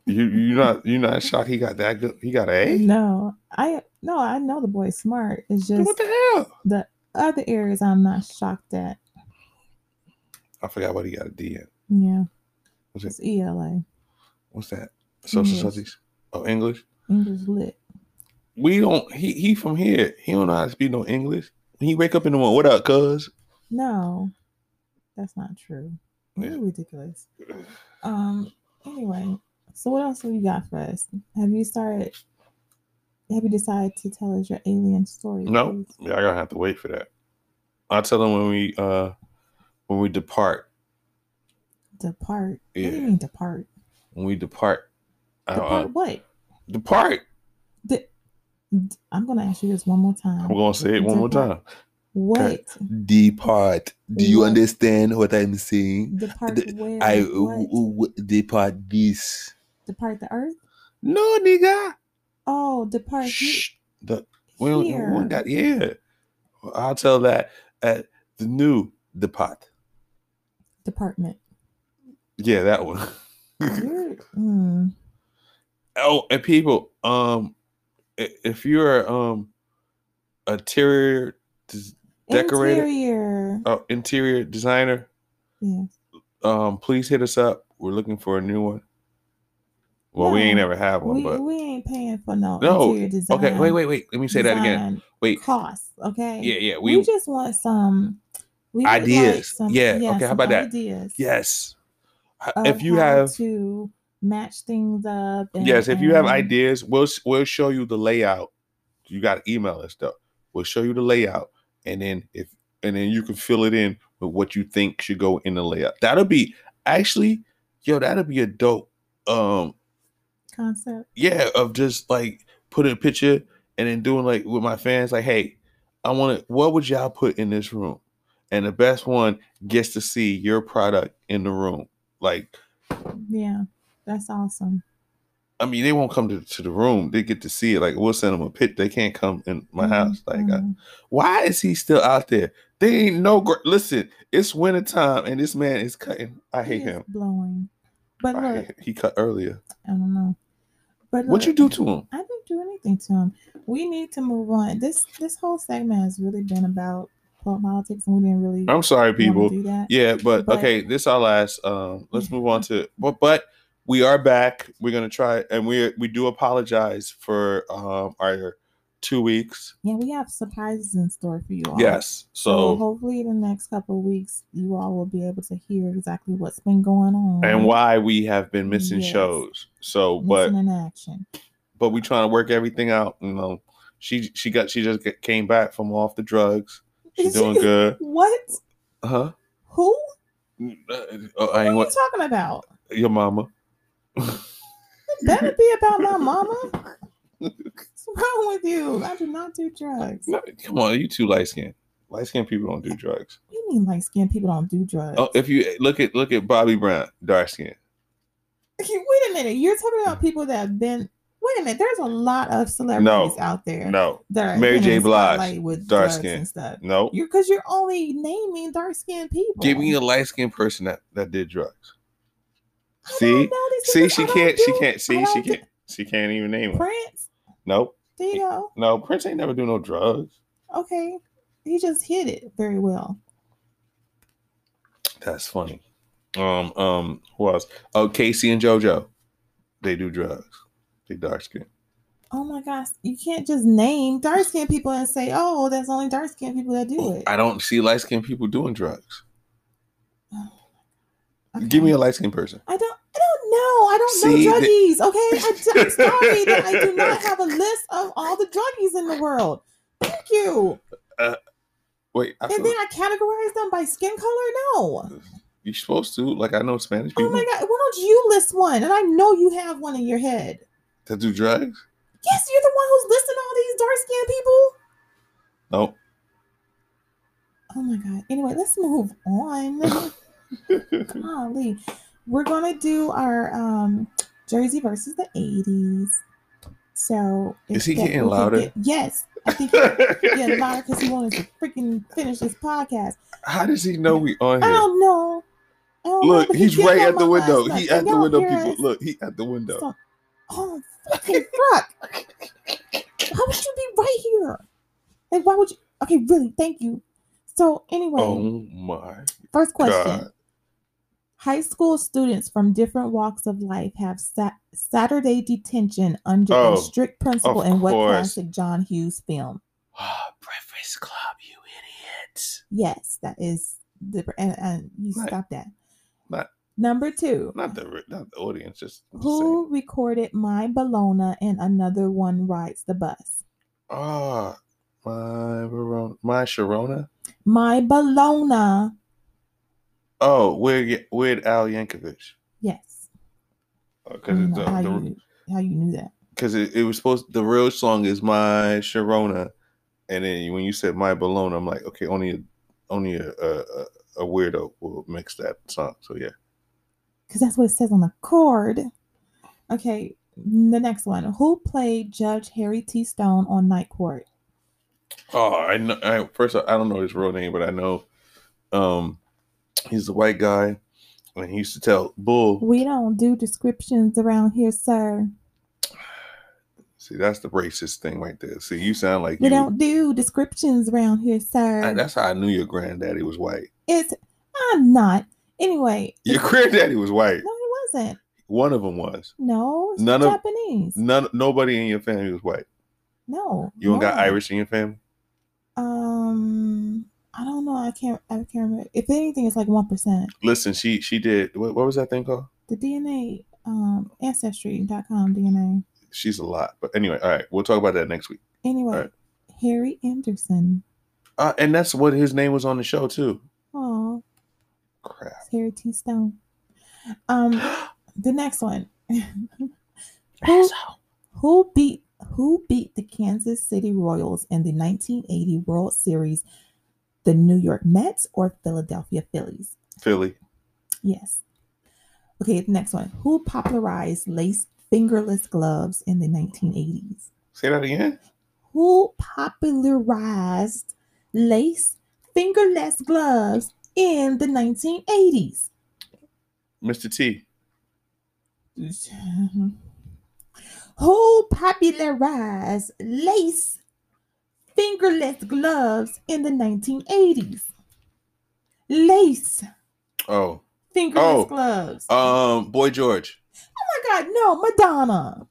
You you not you not shocked he got that good he got an A? No, I no, I know the boy's smart. It's Then just What the hell? the other areas I'm not shocked at. I forgot what he got a D in. Yeah. Was it- It's E ELA, What's that? Social English. studies? Oh, English? English Lit. We don't he he from here. He don't know how to speak no English. He wake up in the morning, what up, cuz? No, that's not true. You're Yeah. ridiculous. Um. Anyway, so what else have you got for us? Have you started? Have you decided to tell us your alien story? No, please? yeah, I gotta have to wait for that. I'll tell him when we uh when we depart. Depart. What do Yeah. you mean depart? When we depart. I don't- Depart uh, what? depart. De- d- I'm gonna ask you this one more time. I'm gonna say it one more time. Depart. What? Depart. Do you What? understand what I'm saying? Depart The- where? what? depart this. depart the earth? No, nigga. Oh, depart he- Shh. The we here. don't, we don't got yeah. I'll tell that at the new depart. Department. Yeah, that one. You're, mm, oh, and people, um, i- if you're um, interior des- Decorated. Interior. uh, interior designer, Yeah. um, please hit us up. We're looking for a new one. Well, we ain't No, ever have one, we, but we ain't paying for no, No, interior design. okay. Wait, wait, wait. Let me say that again. design Wait. Costs. Okay. Yeah, yeah. We, We just want some we would like Ideas. Yeah, okay, how some about that? Ideas. yes. H- of If you Uh, how have to match things up. and- yes, if you have and- ideas, we'll s- we'll show you the layout. You got to email us though. We'll show you the layout, and then if and then you can fill it in with what you think should go in the layout. That'll be actually, yo, that'll be a dope um concept. yeah, of just like putting a picture and then doing like with my fans, like, hey, I want to. What would y'all put in this room? And the best one gets to see your product in the room. Like, Yeah, that's awesome. I mean, they won't come to, to the room. They get to see it. Like, we'll send them a pit. They can't come in my Mhm, house. Like, I- mhm. why is he still out there? They ain't no. Gr- Listen, it's winter time, and this man is cutting. I hate He is him. Blowing. But I look, hate him. He cut earlier. I don't know. But What you look, do to him? I didn't do anything to him. We need to move on. This this whole segment has really been about politics, and we didn't really I'm sorry, want people. to do that. Yeah, But- but, Mm-hmm. okay, this our last. Um, let's move on to but but we are back. We're gonna try and we we do apologize for um our two weeks. Yeah, we have surprises in store for you all. Yes. So So hopefully, in the next couple of weeks, you all will be able to hear exactly what's been going on and why we have been missing Oh, Yes. shows. So but missing in action. but we trying to work everything out, you know. She she got she just ca- came back from off the drugs. She's doing good. What? Huh? Who? Uh, I ain't What are what you talking about? your mama. It better be about my mama. What's wrong with you? I do not do drugs. No, come on, you too light skinned. Light skinned people don't do drugs. What do you mean, like skinned people don't do drugs? Oh, if you look at look at Bobby Brown, dark skin. Wait a minute. You're talking about people that have been. Wait a minute. There's a lot of celebrities out there No, that are Mary been in J. the Blige, spotlight with dark drugs skin. and stuff. no. You're because you're only naming dark skinned people. Give me a light skinned person that that did drugs. See, know these see, niggas. she I don't can't, she do- can't, I see, she don't do- can't, she can't even name one. Prince, Nope, there you go. no, Prince ain't never do no drugs. Okay, he just hit it very well. That's funny. Um, um, who else? Oh, Casey and JoJo, they do drugs. They dark skin. Oh my gosh, you can't just name dark skinned people and say, "Oh, that's only dark skinned people that do it." Oh, I don't see light skinned people doing drugs. Okay. Give me a light skinned person. I don't. I don't know. I don't See, know the- druggies. Okay, I, am sorry that I do not have a list of all the druggies in the world. Thank you. Wait, I And feel then I categorize them by skin color. No. you're supposed to. Like, I know Spanish Oh people my god. Why don't you list one? And I know you have one in your head. that do drugs. Yes, you're the one who's listing all these dark skinned people. Nope. Oh my god. Anyway, let's move on. Golly. We're gonna do our um Jersey versus the eighties. So Is if he that- getting we can louder? get- yes. I think he's getting louder because he wanted to freaking finish this podcast. How does he know we on I here? don't know. I don't know, Look, but he he's getting right on at the my window. last He night. at the Y'all window, hear people. us? Look, he at the window. So- oh fucking fuck. How would you be right here? Like why would you okay, really, thank you. So anyway, Oh my first question. god. High school students from different walks of life have sat- Saturday detention under Oh, a strict principal of in what course. classic John Hughes film? Breakfast Club, you idiots. Yes, that is the and, and you Right. stop that. Not- Number two. Not the not the audience, just I'm just saying. who recorded "My Bologna" and another one rides the bus? Ah, my Verona, my Sharona. "My Bologna," Oh, Weird, Weird Al Yankovic. yes. I Because don't Oh, it's uh, know how the you how you knew that? because it, it was supposed the real song is my Sharona, and then when you said my Bologna, I'm like, okay, only a, only a, a a- a weirdo will mix that song. So yeah, because that's what it says on the card. Okay, the next one. Who played Judge Harry T. Stone on Night Court? Oh, I know. I, first, I don't know his real name, but I know um he's the white guy, and he used to tell Bull. We don't do descriptions around here, sir. See, that's the racist thing right there. See, you sound like We you. don't do descriptions around here, sir. I, that's how I knew your granddaddy was white. it's I'm not. Anyway, Your granddaddy was white. no, it wasn't. One of them was. No, it's None of- Japanese. None. Nobody in your family was white. no, You don't got no. Irish in your family. Um, I don't know. I can't. I can't remember. If anything, it's like one percent. Listen, she she did. What, what was that thing called? The DNA, um, ancestry.com DNA. She's a lot. But anyway, all right. We'll talk about that next week. Anyway, Alright. Harry Anderson. Uh, and that's what his name was on the show too. Oh, Crap. it's Harry T. Stone. Um, the next one. who, who beat Who beat the Kansas City Royals in the 1980 World Series? The New York Mets or Philadelphia Phillies? Philly. Yes. Okay, the next one. Who popularized lace fingerless gloves in the 1980s? Say that again. Who popularized lace fingerless gloves in the 1980s? Mr. T. Who popularized lace fingerless gloves in the 1980s? Lace Oh, fingerless Oh, gloves. um, Boy George. oh my God, no, Madonna.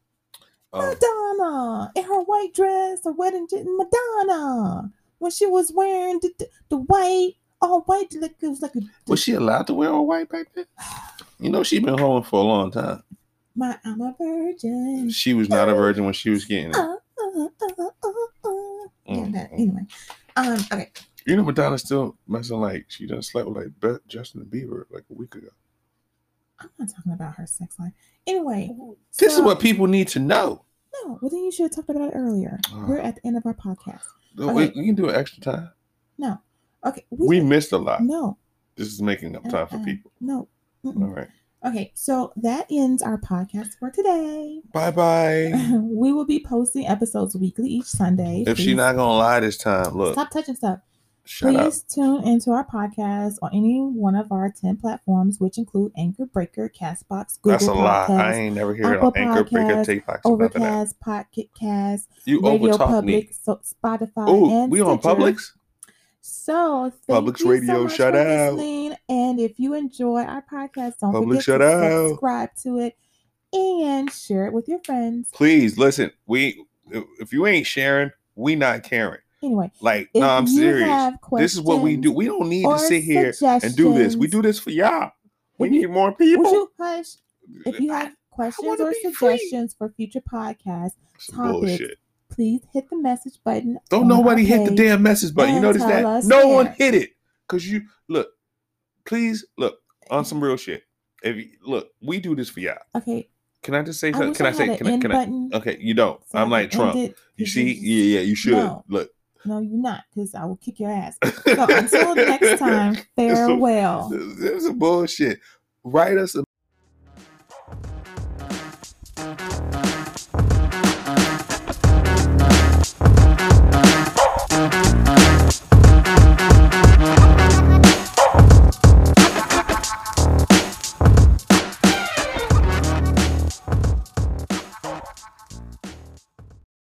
Um, Madonna in her white dress, her wedding dress. Madonna. When she was wearing the, the, the white, all white, like it was like a. was she allowed to wear all white back then? You know, she been home for a long time. my, I'm a virgin. She was not a virgin when she was getting it. Uh, uh, uh, uh, uh. Yeah, Mm, that- mm. anyway. Um, okay. You know, Madonna's still messing like she done slept with like Be- Justin Bieber like a week ago. I'm not talking about her sex life. Anyway, This is so- what people need to know. No, well then you should have talked about it earlier. Oh. We're at the end of our podcast. We- Okay. We, can do it extra time. No, okay. We missed a lot. no This is making up time for uh-uh, people. No. All mm-mm. right. Okay, so that ends our podcast for today. Bye bye. we will be posting episodes weekly each Sunday. Mm. if she Please not gonna lie this time, look. stop touching stuff. Shut up. Please tune into our podcast on any one of our 10 platforms, which include Anchor Breaker, Castbox, Google That's a lie. I Podcasts, ain't never hear it Apple on Anchor, Breaker, Podcasts, TikTok, nothing. That. Overcast, Pocket Cast, You Radio overtalk me. Public, so, Spotify, Oh, and we on Stitcher. Publix? So, thank Publix you so Radio, much shout for out. listening. And if you enjoy our podcast, don't Publix, forget shout to out. subscribe to it and share it with your friends. Please listen. We if you ain't sharing, we not caring. Anyway, Like, if no, I'm you serious. have This is what we do. questions We don't need or to sit here and do this. We suggestions, do this for y'all. We If you- need more Would people. you hush? If you have questions wanna or be free. suggestions for future podcasts, Some topics, bullshit. please hit the message button. Don't on our nobody hit the page. damn message button. You and notice tell that? us No there. one hit it. Cause you look, please look on some real shit. If you look, we do this for y'all. Okay. Can I just say I something? wish Can I I say? had Can an I? end Can I? button. Okay, you don't. so I I'm could like end Trump. it, You 'cause see? just- Yeah, yeah. You should No. look. No, you're not, because I will kick your ass. So until next time, It's a- farewell. This is bullshit. Write us a